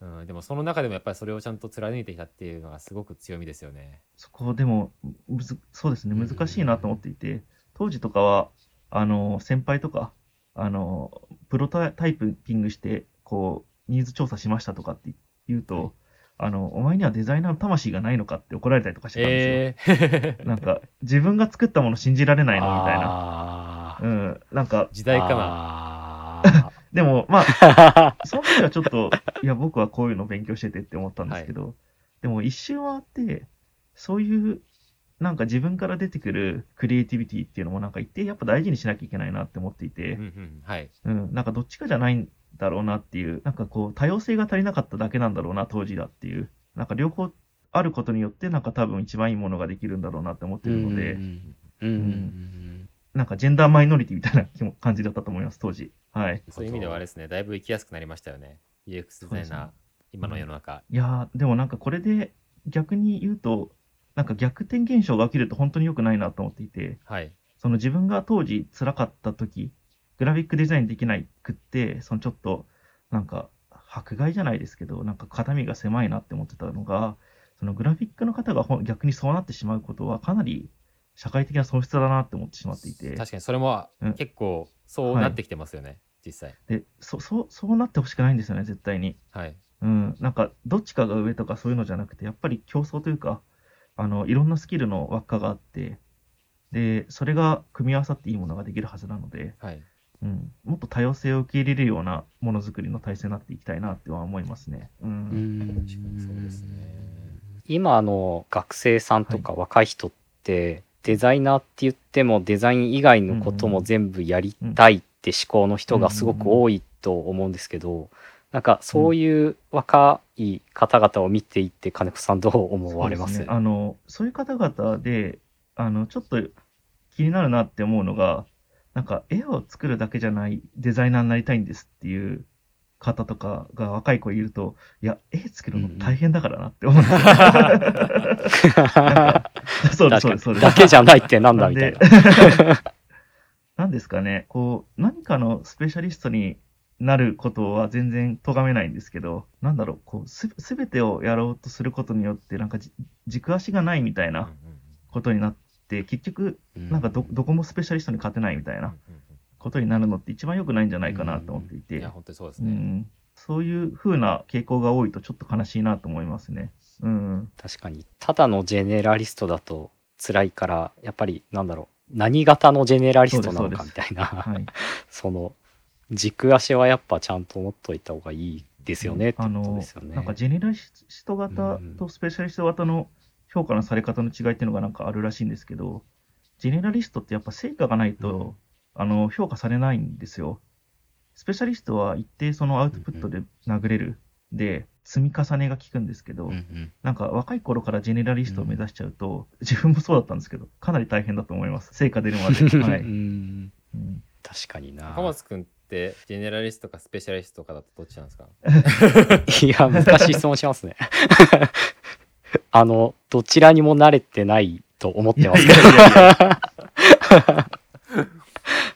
Speaker 2: うんでもその中でもやっぱりそれをちゃんと貫いてきたっていうのがすごく強みですよね。
Speaker 3: そこでもむず、そうですね、難しいなと思っていて、当時とかは、あの、先輩とか、あの、プロタイプピングして、こう、ニーズ調査しましたとかって言うと、あの、お前にはデザイナーの魂がないのかって怒られたりとかしてたんですよ。
Speaker 2: えー、
Speaker 3: なんか、自分が作ったもの信じられないのみたいな。
Speaker 1: あー
Speaker 3: うん、なんか、
Speaker 2: 時代かな。
Speaker 1: あ
Speaker 3: でも、まあ、その時はち ょっと、いや、僕はこういうの勉強しててって思ったんですけど、でも一周回って、そういう、なんか自分から出てくるクリエイティビティっていうのもなんか一定やっぱ大事にしなきゃいけないなって思ってい
Speaker 2: うん
Speaker 3: て
Speaker 2: う、ん、はい。
Speaker 3: うん、なんかどっちかじゃないんだろうなっていう、なんかこう多様性が足りなかっただけなんだろうな、当時だっていう、なんか両方あることによってなんか多分一番いいものができるんだろうなって思って
Speaker 1: ー
Speaker 3: るので、
Speaker 1: うんうんうん
Speaker 3: なんかジェンダーマイノリティみたいな気も感じだったと思います、当時。はい。
Speaker 2: そういう意味ではあれですね、だいぶ生きやすくなりましたよね。UX デザ
Speaker 3: そうで
Speaker 2: イ
Speaker 3: す
Speaker 2: ナ
Speaker 3: ね
Speaker 2: ー、今の世の中。
Speaker 3: いやー、でもなんかこれで逆に言うと、なんか逆転現象が起きると本当に良くないなと思っていて、
Speaker 2: はい。
Speaker 3: その自分が当時辛かった時、グラフィックデザインできないくって、そのちょっとなんか迫害じゃないですけど、なんか肩身が狭いなって思ってたのが、そのグラフィックの方がほん逆にそうなってしまうことはかなり社会的な損失だなって思ってしまっていて、
Speaker 2: 確かにそれも
Speaker 3: うん
Speaker 2: 結構そうなってきてますよね、実際
Speaker 3: でそそうそうなってほしくないんですよね、絶対に。
Speaker 2: はい
Speaker 3: うん、なんかどっちかが上とかそういうのじゃなくてやっぱり競争というかあのいろんなスキルの輪っかがあってでそれが組み合わさっていいものができるはずなので、
Speaker 2: はい
Speaker 3: うん、もっと多様性を受け入れるようなものづくりの体制になっていきたいなっては思いますね。う、
Speaker 1: うんん
Speaker 2: 確かにそうですね
Speaker 1: 今の学生さんとか若い人ってデザイナーって言ってもデザイン以外のことも全部やりたいって思考の人がすごく多いと思うんですけどなんかそういう若い方々を見ていて金子さんどう思われます
Speaker 3: そうですねあのそういう方々であのちょっと気になるなって思うのがなんか絵を作るだけじゃないデザイナーになりたいんですっていう方とかが若い子いるといや絵作るの大変だからなって 思うんですよそうですそうですそうです
Speaker 1: だけじゃないってなんだみたいな。
Speaker 3: なんですかね、こう、何かのスペシャリストになることは全然咎めないんですけど、なんだろう、こう、すすべてをやろうとすることによって、なんかじ軸足がないみたい
Speaker 2: うんうん
Speaker 3: なことになって、結局、なんかど、どこもスペシャリストに勝てないみたい
Speaker 2: うん
Speaker 3: なことになるのって一番良くないんじゃないかなと思ってい
Speaker 2: うんい
Speaker 3: て
Speaker 2: や、本当にそうです
Speaker 3: う
Speaker 2: ね、
Speaker 3: ん、そういう風な傾向が多いとちょっと悲しいなと思いますね。うん。
Speaker 1: 確かにただのジェネラリストだと辛いからやっぱりなんだろう何型のジェネラリストなのかみたいな
Speaker 3: はい。
Speaker 1: その軸足はやっぱちゃんと持っといた方がいいですよねって
Speaker 3: あ
Speaker 1: こと
Speaker 3: の
Speaker 1: ですよね。
Speaker 3: なんかジェネラリスト型とスペシャリスト型の評価のされ方の違いっていうのがなんかあるらしいんですけど、ジェネラリストってやっぱ成果がないと、あの評価されないんですよ。スペシャリストは一定そのアウトプットで殴れる、で、積み重ねが効くんですけど、
Speaker 1: うんうん
Speaker 3: なんか若い頃からジェネラリストを目指しちゃうと、自分もそうだったんですけど、かなり大変だと思います。成果出るまで。
Speaker 1: う
Speaker 3: はい。
Speaker 1: ん
Speaker 3: うん
Speaker 1: 確かにな
Speaker 2: 高松君ってジェネラリストかスペシャリストかだとどっちなんですか
Speaker 1: いや難しい質問しますね あのどちらにも慣れてないと思ってますけど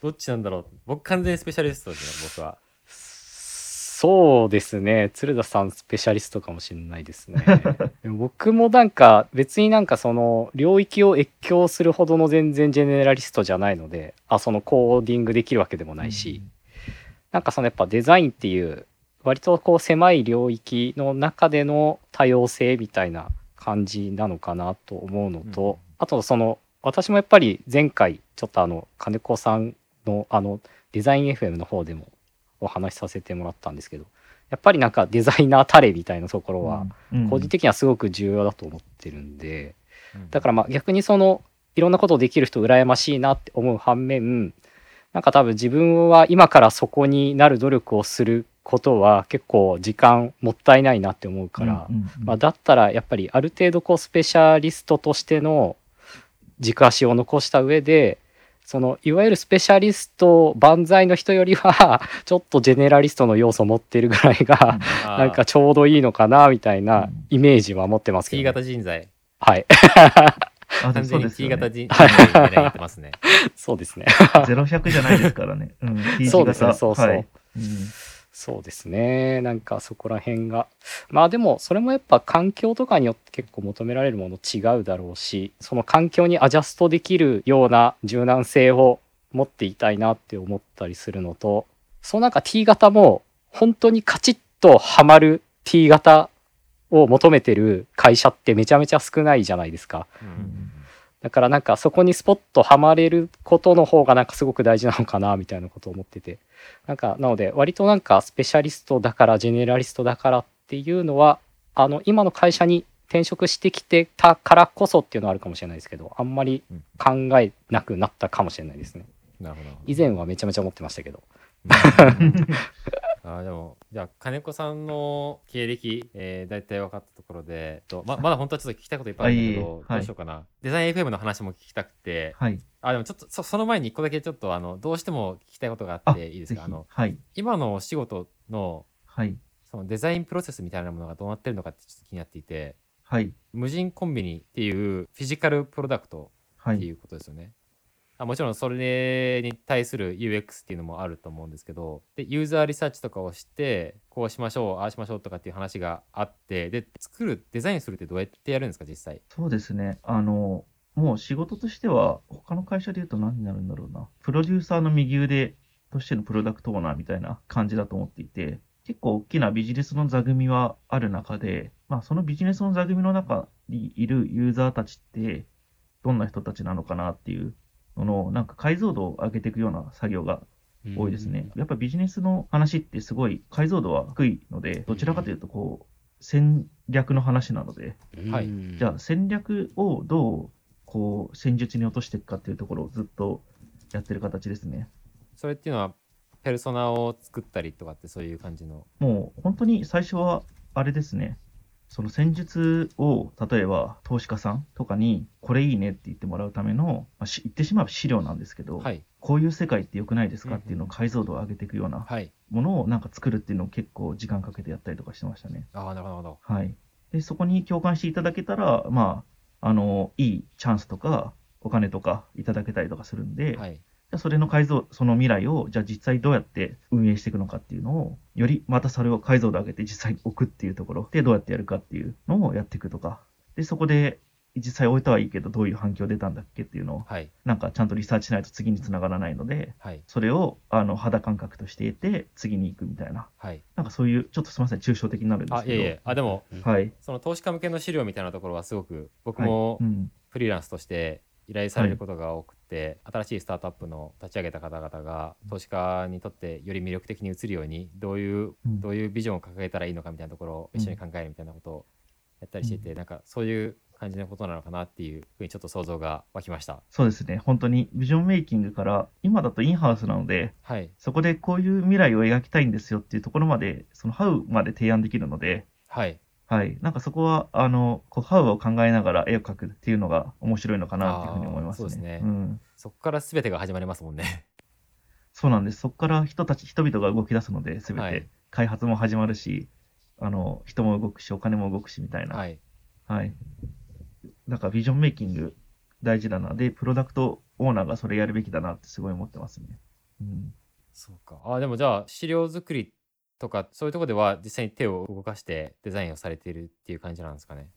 Speaker 2: どっちなんだろう僕完全にスペシャリストですね僕は
Speaker 1: そうですね鶴田さんスペシャリストかもしれないです ねでも僕もなんか別になんかその領域を越境するほどの全然ジェネラリストじゃないのであそのコーディングできるわけでもないし、なんかそのやっぱデザインっていう割とこう狭い領域の中での多様性みたいな感じなのかなと思うのと、
Speaker 2: うん
Speaker 1: あとその私もやっぱり前回ちょっとあの金子さんのあのデザイン FM の方でもお話しさせてもらったんですけどやっぱりなんかデザイナータレみたいなところは
Speaker 3: うん
Speaker 1: 個人的にはすごく重要だと思ってるんで、だかららまあ逆にそのいろんなことをできる人羨ましいなって思う反面なんか多分自分は今からそこになる努力をすることは結構時間もったいないなって思うから、
Speaker 3: うんうんうん
Speaker 1: まあ、だったらやっぱりある程度こうスペシャリストとしての軸足を残した上でそのいわゆるスペシャリスト万歳の人よりは ちょっとジェネラリストの要素を持ってるぐらいが、
Speaker 2: あー
Speaker 1: なんかちょうどいいのかなみたいな
Speaker 3: うん
Speaker 1: イメージは持ってますけ
Speaker 2: T
Speaker 1: ど、
Speaker 2: 型人材。
Speaker 1: はい。
Speaker 2: 完
Speaker 3: あでもそ
Speaker 2: 全
Speaker 3: うで
Speaker 2: に
Speaker 3: す
Speaker 2: T
Speaker 3: よ
Speaker 2: 型人
Speaker 3: ね。
Speaker 2: 材に狙ってますね。
Speaker 1: そうですね。
Speaker 3: 0100じゃないですからね。うん、T 字型
Speaker 1: そうですねそうそう
Speaker 3: はいうん
Speaker 1: そうですね。なんかそこら辺が。まあでもそれもやっぱ環境とかによって結構求められるもの違うだろうし、その環境にアジャストできるような柔軟性を持っていたいなって思ったりするのと、そのなんか T 型も本当にカチッとハマる T 型を求めてる会社ってめちゃめちゃ少ないじゃないですか。
Speaker 2: う
Speaker 3: うんん
Speaker 1: だからなんかそこにスポッとはまれることの方がなんかすごく大事なのかなみたいなことを思っててなんかなので割となんかスペシャリストだからジェネラリストだからっていうのはあの今の会社に転職してきてたからこそっていうのはあるかもしれないですけどあんまり考えなくなったかもしれないですね
Speaker 2: なるほど。
Speaker 1: 以前はめちゃめちゃ思ってましたけど
Speaker 2: あーでもじゃあ金子さんの経歴、えー、大体分かったところでとままだ本当はちょっと聞きたいこといっぱいあるんだけ
Speaker 3: あいえい
Speaker 2: ど
Speaker 3: え、はい
Speaker 2: どうしようかな、デザイン FM の話も聞きたくて
Speaker 3: はい。
Speaker 2: あでもちょっとそその前に1個だけちょっとあのどうしても聞きたいことがあっていいです
Speaker 3: ぜひ。
Speaker 2: かあの
Speaker 3: はい。
Speaker 2: 今のお仕事の
Speaker 3: はい。
Speaker 2: そのデザインプロセスみたいなものがどうなってるのかってちょっと気になっていて
Speaker 3: はい。
Speaker 2: 無人コンビニっていうフィジカルプロダクト
Speaker 3: は
Speaker 2: って
Speaker 3: い。
Speaker 2: いうことですよね。あもちろんそれに対する UX っていうのもあると思うんですけどでユーザーリサーチとかをしてこうしましょうああしましょうとかっていう話があってで作るデザインするってどうやってやるんですか実際
Speaker 3: そうですね。あの、もう仕事としては、他の会社で言うと何になるんだろうな。プロデューサーの右腕としてのプロダクトオーナーみたいな感じだと思っていて、結構大きなビジネスの座組はある中で、まあそのビジネスの座組の中にいるユーザーたちって、どんな人たちなのかなっていうのの、なんか解像度を上げていくような作業が多いですね。やっぱビジネスの話ってすごい解像度は低いので、どちらかというとこう、戦略の話なので、
Speaker 2: はい
Speaker 1: うん
Speaker 3: じゃあ戦略をどうこう戦術に落としていくかっていうところをずっとやってる形ですね。
Speaker 2: それっていうのはペルソナを作ったりとかってそういう感じの
Speaker 3: もう本当に最初はあれですね。その戦術を例えば投資家さんとかにこれいいねって言ってもらうための、まあ、し言ってしまえば資料なんですけど、
Speaker 2: はい
Speaker 3: こういう世界って良くないですかっていうのを解像度を上げていくような
Speaker 2: はい
Speaker 3: ものをなんか作るっていうのを結構時間かけてやったりとかしてましたね。
Speaker 2: ああなるほど
Speaker 3: はい。で、そこに共感していただけたら、まあ、あの、いいチャンスとか、お金とかいただけたりとかするんで、
Speaker 2: なるほどはい
Speaker 3: じゃあそれの改造、その未来を、じゃあ実際どうやって運営していくのかっていうのを、よりまたそれを解像度上げて実際に置くっていうところでどうやってやるかっていうのをやっていくとか、で、そこで実際置いたはいいけど、どういう反響出たんだっけっていうのを、
Speaker 2: はい
Speaker 3: なんかちゃんとリサーチしないと次につながらないので、
Speaker 2: はい
Speaker 3: それをあの肌感覚として得て、次に行くみたいな、
Speaker 2: はい
Speaker 3: なんかそういう、ちょっとすみません、抽象的になるんで
Speaker 2: あ
Speaker 3: す
Speaker 2: いえ
Speaker 3: け
Speaker 2: い
Speaker 3: ど、
Speaker 2: えあでも
Speaker 3: はい。
Speaker 2: その投資家向けの資料みたいなところはすごく僕
Speaker 3: はい
Speaker 2: も
Speaker 3: うん
Speaker 2: フリーランスとして依頼されることが多くて、新しいスタートアップの立ち上げた方々が投資家にとってより魅力的に映るようにどういう
Speaker 3: うん
Speaker 2: どういうビジョンを掲げたらいいのかみたいなところを一緒に考えるみたいなことをやったりしていて、なんかそういう感じのことなのかなっていうふうにちょっと想像が湧きました。
Speaker 3: そうですね、本当にビジョンメイキングから、今だとインハウスなので、
Speaker 2: はい、
Speaker 3: そこでこういう未来を描きたいんですよっていうところまで、そのハウまで提案できるので、
Speaker 2: はい、
Speaker 3: はい、なんかそこは、あの、こうハウを考えながら絵を描くっていうのが面白いのかなっていうふうに思います
Speaker 2: あー
Speaker 3: ね。
Speaker 2: そうですね
Speaker 3: ん
Speaker 2: そこから全てが始まりますもんね。
Speaker 3: そうなんです。そこから人たち、人々が動き出すので、すべ
Speaker 2: は
Speaker 3: て
Speaker 2: い
Speaker 3: 開発も始まるし、あの、人も動くし、お金も動くしみたいな。
Speaker 2: はい、
Speaker 3: はい。なんかビジョンメイキング大事だな。で、プロダクトオーナーがそれやるべきだなってすごい思ってますね。うん、
Speaker 2: そうかあでもじゃあ資料作りとかそういうところでは実際に手を動かしてデザインをされているっていう感じなんですかね。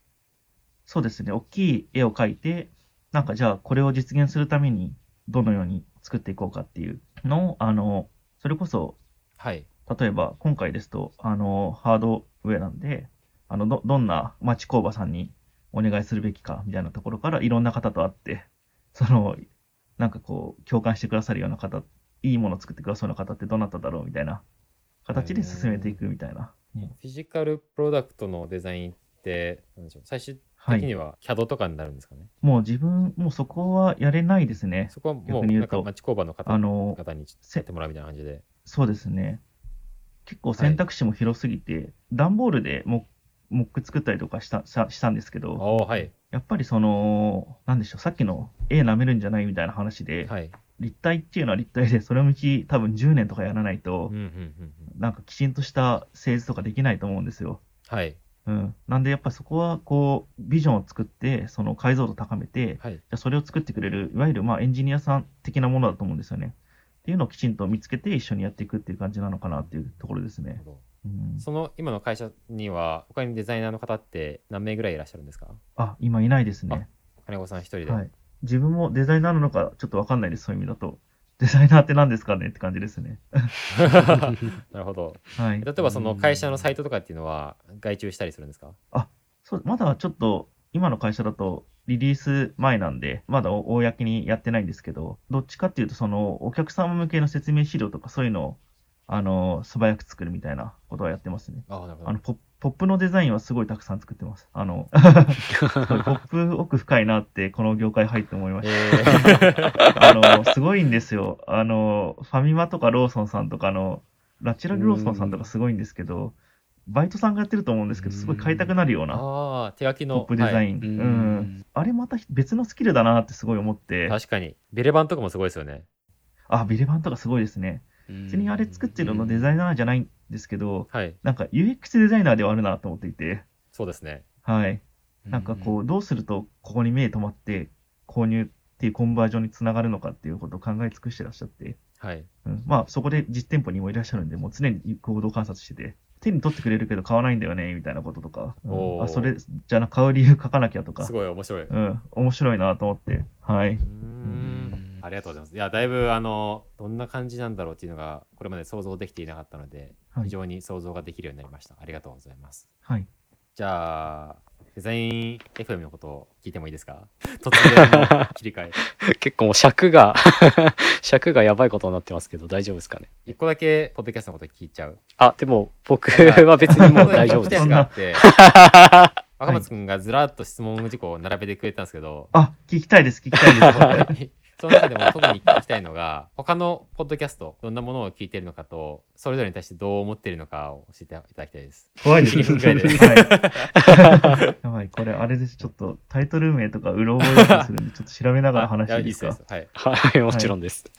Speaker 3: そうですね。大きい絵を描いて、なんかじゃあこれを実現するためにどのように作っていこうかっていうのを、あの、それこそ、
Speaker 2: はい、
Speaker 3: 例えば今回ですと、あの、ハードウェアなんで、あの、ど、どんな町工場さんにお願いするべきかみたいなところからいろんな方と会って、その、なんかこう、共感してくださるような方、いいものを作ってくださるような方ってどなただろうみたいな形で進めていくみたいな。
Speaker 2: フィジカルプロダクトのデザインってなんでしょう最終
Speaker 3: はい
Speaker 2: 的には CAD とかになるんですかね。
Speaker 3: もう自分、もうそこはやれないですね。
Speaker 2: そこはもう
Speaker 3: 逆に言
Speaker 2: な
Speaker 3: うんと
Speaker 2: か町工場の方
Speaker 3: あの
Speaker 2: 方にや
Speaker 3: せ
Speaker 2: ってもらうみたいな感じで。
Speaker 3: そうですね。結構選択肢も広すぎて、段ボールでもモック作ったりとかしたしたしたんですけ
Speaker 2: あ
Speaker 3: ど、
Speaker 2: あはい
Speaker 3: やっぱりその、なんでしょう、さっきの絵舐めるんじゃないみたいな話で、
Speaker 2: はい。
Speaker 3: 立体っていうのは立体で、それのうち多分10年とかやらない
Speaker 2: うん、う
Speaker 3: と
Speaker 2: んうんうん。
Speaker 3: なんかきちんとした製図とかできないと思うんですよ。
Speaker 2: はい
Speaker 3: うん、なんでやっぱそこはこうビジョンを作ってその解像度高めてじ
Speaker 2: はい。
Speaker 3: ゃあそれを作ってくれるいわゆるまあエンジニアさん的なものだと思うんですよね。っていうのをきちんと見つけて一緒にやっていくっていう感じなのかなっていうところです
Speaker 2: なる
Speaker 3: ね。
Speaker 2: ほど
Speaker 3: うん、
Speaker 2: その今の会社には他にデザイナーの方って何名ぐらいいらっしゃるんですか
Speaker 3: あ今いないですね、
Speaker 2: 金子さん一人で。
Speaker 3: はい。自分もデザイナーなのかちょっとわかんないですそういう意味だと。デザイナーって何ですかねって感じですね。
Speaker 2: なるほど。
Speaker 3: はい
Speaker 2: 例。えばその会社のサイトとかっていうのは外注したりするんですか
Speaker 3: そうまだちょっと今の会社だとリリース前なんで、まだ公にやってないんですけど、どっちかっていうと、そのお客様向けの説明資料とかそういうのを、あの、素早く作るみたいなことはやってますね。
Speaker 2: ああなるほど
Speaker 3: あの。ポ、ポップのデザインはすごいたくさん作ってます。あの、 すごいポップ奥深いなって、この業界入って思いまし
Speaker 2: え ー
Speaker 3: た。あの、すごいんですよ。あの、ファミマとかローソンさんとかの、ラチュラルローソンさんとかすごいんですけど、バイトさんがやってると思うんですけど、すごい買いたくなるような。
Speaker 2: ああ手書き
Speaker 3: トッ
Speaker 2: の。
Speaker 3: プデザイ
Speaker 1: う
Speaker 3: ン、うん
Speaker 1: ん
Speaker 3: あれまた別のスキルだなってすごい思っ
Speaker 2: はい
Speaker 3: て、
Speaker 2: 確かに。ベレ版とかもすごいですよね。
Speaker 3: あ、ビレ版とかすごいですね。
Speaker 1: うん
Speaker 3: 別にあれ作ってるのデザイナーじゃないんですけど、
Speaker 2: はい。
Speaker 3: なんか UX デザイナーではあるなと思っていて、
Speaker 2: そうですね。
Speaker 3: はい。なんかこう、どうするとここに目止まって、購入っていうコンバージョンにつながるのかっていうことを考え尽くしてらっしゃって、
Speaker 2: はい。
Speaker 3: うん、まあそこで実店舗にもいらっしゃるんで、もう常に行動観察してて、手に取ってくれるけど買わないんだよね、みたいなこととか、うん
Speaker 2: おー
Speaker 3: あ、それじゃな、買う理由書かなきゃとか
Speaker 2: す、ごい面白い。う
Speaker 3: うん、面白いなと思って、はい。
Speaker 2: ーんありがとうございます。いや、だいぶ、あの、どんな感じなんだろうっていうのが、これまで想像できていなかったので、
Speaker 3: はい
Speaker 2: 非常に想像ができるようになりました。ありがとうございます。
Speaker 3: はい。
Speaker 2: じゃあ、デザイン FM のことを聞いてもいいですか突然の切り 替え。
Speaker 1: 結構もう尺が 尺がやばいことになってますけど大丈夫ですかね
Speaker 2: 一個だけ、ポッドキャストのこと聞いちゃ う。
Speaker 1: あでも僕は別 にもう大丈夫です
Speaker 2: 一個
Speaker 3: そん
Speaker 2: だ
Speaker 3: な
Speaker 2: け聞きたいことがあって、若松くんがずらっと質問事項を並べてくれたんですけど、
Speaker 3: あ、聞きたいです、聞きたいです。 はい
Speaker 2: その中でも特に聞きたいのが、 他のポッドキャスト、どんなものを聞いてるのかと、それぞれに対してどう思ってるのかを教えていただきたいです。
Speaker 3: 怖いですね。
Speaker 2: 一気に切り替
Speaker 3: はい。やばい、これあれです。ちょっとタイトル名とかうろ覚えとかするんで、ちょっと調べながら話していいで
Speaker 2: あ
Speaker 3: すか
Speaker 2: やっすはい。
Speaker 1: はいもちろんです、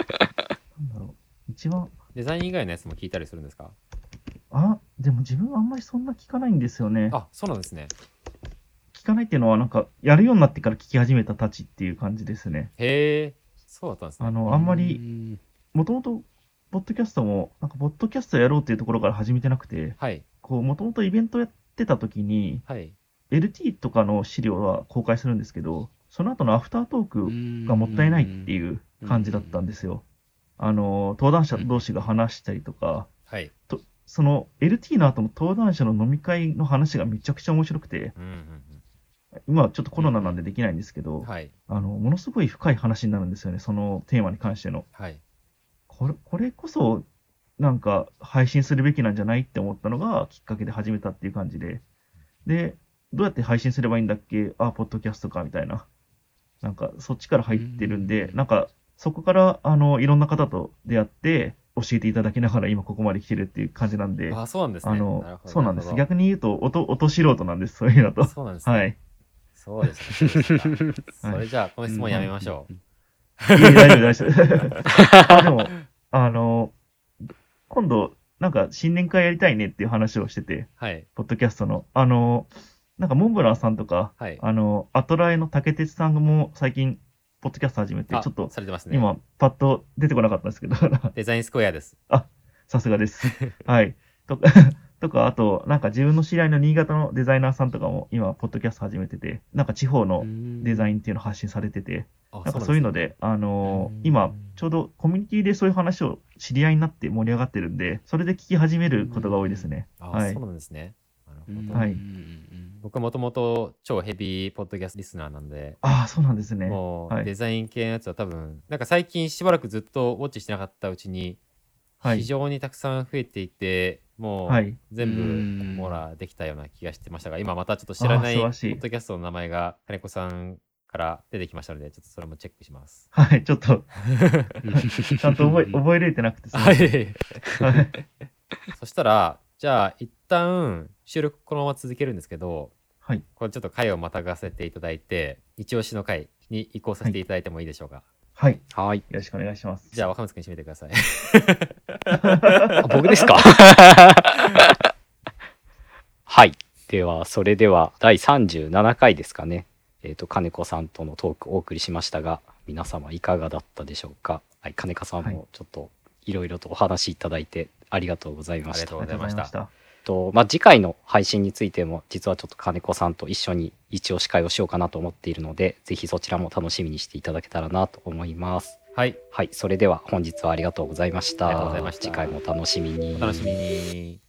Speaker 3: なんだろう一番、
Speaker 2: デザイン以外のやつも聞いたりするんですか
Speaker 3: あ、でも自分あんまりそんな聞かないんですよね。
Speaker 2: あ、そうなんですね。
Speaker 3: 聞かないっていうのは、なんか、やるようになってから聞き始めたたちっていう感じですね。
Speaker 2: へえ、そうだったんです
Speaker 3: あ
Speaker 2: ね。
Speaker 3: の、あんま
Speaker 1: う
Speaker 3: り、
Speaker 1: ん
Speaker 3: もともと、ポッドキャストも、なんか、ポッドキャストやろうっていうところから始めてなくて、
Speaker 2: はい、
Speaker 3: こう、もともとイベントやってた時に、
Speaker 2: はい。
Speaker 3: LT とかの資料は公開するんですけど、その後のアフタートークがもったいないっていう感じだったんですよ。あの、登壇者同士が話したりとか、
Speaker 2: はい。
Speaker 3: その LT の後の登壇者の飲み会の話がめちゃくちゃ面白くて、
Speaker 2: うんうん
Speaker 3: 今はちょっとコロナなんでできないんですけど、
Speaker 2: うん。はい、
Speaker 3: あの、ものすごい深い話になるんですよね、そのテーマに関しての。
Speaker 2: はい。
Speaker 3: これ、これこそ、なんか配信するべきなんじゃないって思ったのがきっかけで始めたっていう感じで。で、どうやって配信すればいいんだっけあ、ポッドキャストか、みたいな。なんか、そっちから入ってるんで、なんか、そこから、あの、いろんな方と出会って、教えていただきながら今ここまで来てるっていう感じなんで、あ
Speaker 2: あ、そうなんですね。る
Speaker 3: の
Speaker 2: ほ、ど
Speaker 3: そうなんです。
Speaker 2: るほ
Speaker 3: 逆に言うと、音、音素人なんです、そういうの
Speaker 2: ど
Speaker 3: と。
Speaker 2: そうなんですね。
Speaker 3: はい。い
Speaker 2: そうですね。そうですか
Speaker 3: はい
Speaker 2: それじゃあ、この質問やめましょう。
Speaker 3: えいえ大丈夫、大丈夫。あ でも、あの、今度、なんか、新年会やりたいねっていう話をしてて、
Speaker 2: はい、
Speaker 3: ポッドキャストの。あの、なんかモンブランさんとか、
Speaker 2: はい。
Speaker 3: あの、アトラエの竹鉄さんも最近、ポッドキャスト始めて、ちょ
Speaker 2: あ
Speaker 3: っと、
Speaker 2: されてますね。
Speaker 3: 今、パッと出てこなかったんですけど、
Speaker 2: デザインスクエアです。
Speaker 3: さすが です。はい。と か、とか、あと、なんか自分の知り合いの新潟のデザイナーさんとかも今、ポッドキャスト始めてて、なんか地方のデザ
Speaker 1: イン
Speaker 3: インっていうのを発信されてて、
Speaker 2: あ
Speaker 3: なんかそういうので、あのー今、ちょうどコミュニティでそういう話を知り合いになって盛り上がってるんで、それで聞き始めることが多いですね。
Speaker 2: あ、
Speaker 3: はい
Speaker 2: そうなんですね。なるほど。
Speaker 3: はい
Speaker 2: 僕はもともと超ヘビーポッドキャストリスナーなんで、
Speaker 3: ああ、そうなんですね。
Speaker 2: も
Speaker 3: は
Speaker 2: う
Speaker 3: い
Speaker 2: デザイン系のやつは多分、なんか最近しばらくずっとウォッチしてなかったうちに、
Speaker 3: は
Speaker 2: 非
Speaker 3: い。
Speaker 2: 常にたくさん増えていて、も
Speaker 3: は
Speaker 2: う
Speaker 3: い
Speaker 2: 全部
Speaker 1: うん
Speaker 2: 網羅できたような気がしてましたが、今またちょっと知らない
Speaker 3: あ
Speaker 2: ポ
Speaker 3: ー素晴らしい
Speaker 2: ッドキャストの名前が金子さんから出てきましたので、ちょっとそれもチェックします。
Speaker 3: はい、ちょっと、ちゃんと覚え、
Speaker 1: うん
Speaker 3: 覚えれてなくてすみ
Speaker 2: は
Speaker 3: ません、
Speaker 2: い。
Speaker 3: はい。
Speaker 2: そしたら、じゃあ一旦収録このまま続けるんですけど、
Speaker 3: はい。
Speaker 2: これちょっと回をまたがせていただいて、一押しの回に移行させていただいてもいいでしょうか。
Speaker 3: はい。よ
Speaker 1: はい。
Speaker 3: ろしくお願いします。
Speaker 2: じゃあ若松君締めてください。
Speaker 1: あ僕 ですかはい。では、それでは第37回ですかね。えっ、と、金子さんとのトークをお送りしましたが、皆様いかがだったでしょうか。はい、金子さん
Speaker 3: はい
Speaker 1: もちょっといろいろとお話しいただいてありがとうございま
Speaker 2: あり
Speaker 1: し
Speaker 2: が
Speaker 1: た
Speaker 2: とう。ございました
Speaker 3: ありがとうござい
Speaker 1: えっとまあ、次回の配信についても実はちょっと金子さんと一緒に一応司会をしようかなと思っているのでぜひそちらも楽しみにしていただけたらなと思います
Speaker 2: はい。
Speaker 1: はいそれでは本日はありがとうございました
Speaker 2: ありがとうございました
Speaker 1: 次回もお楽しみに
Speaker 2: お楽しみに。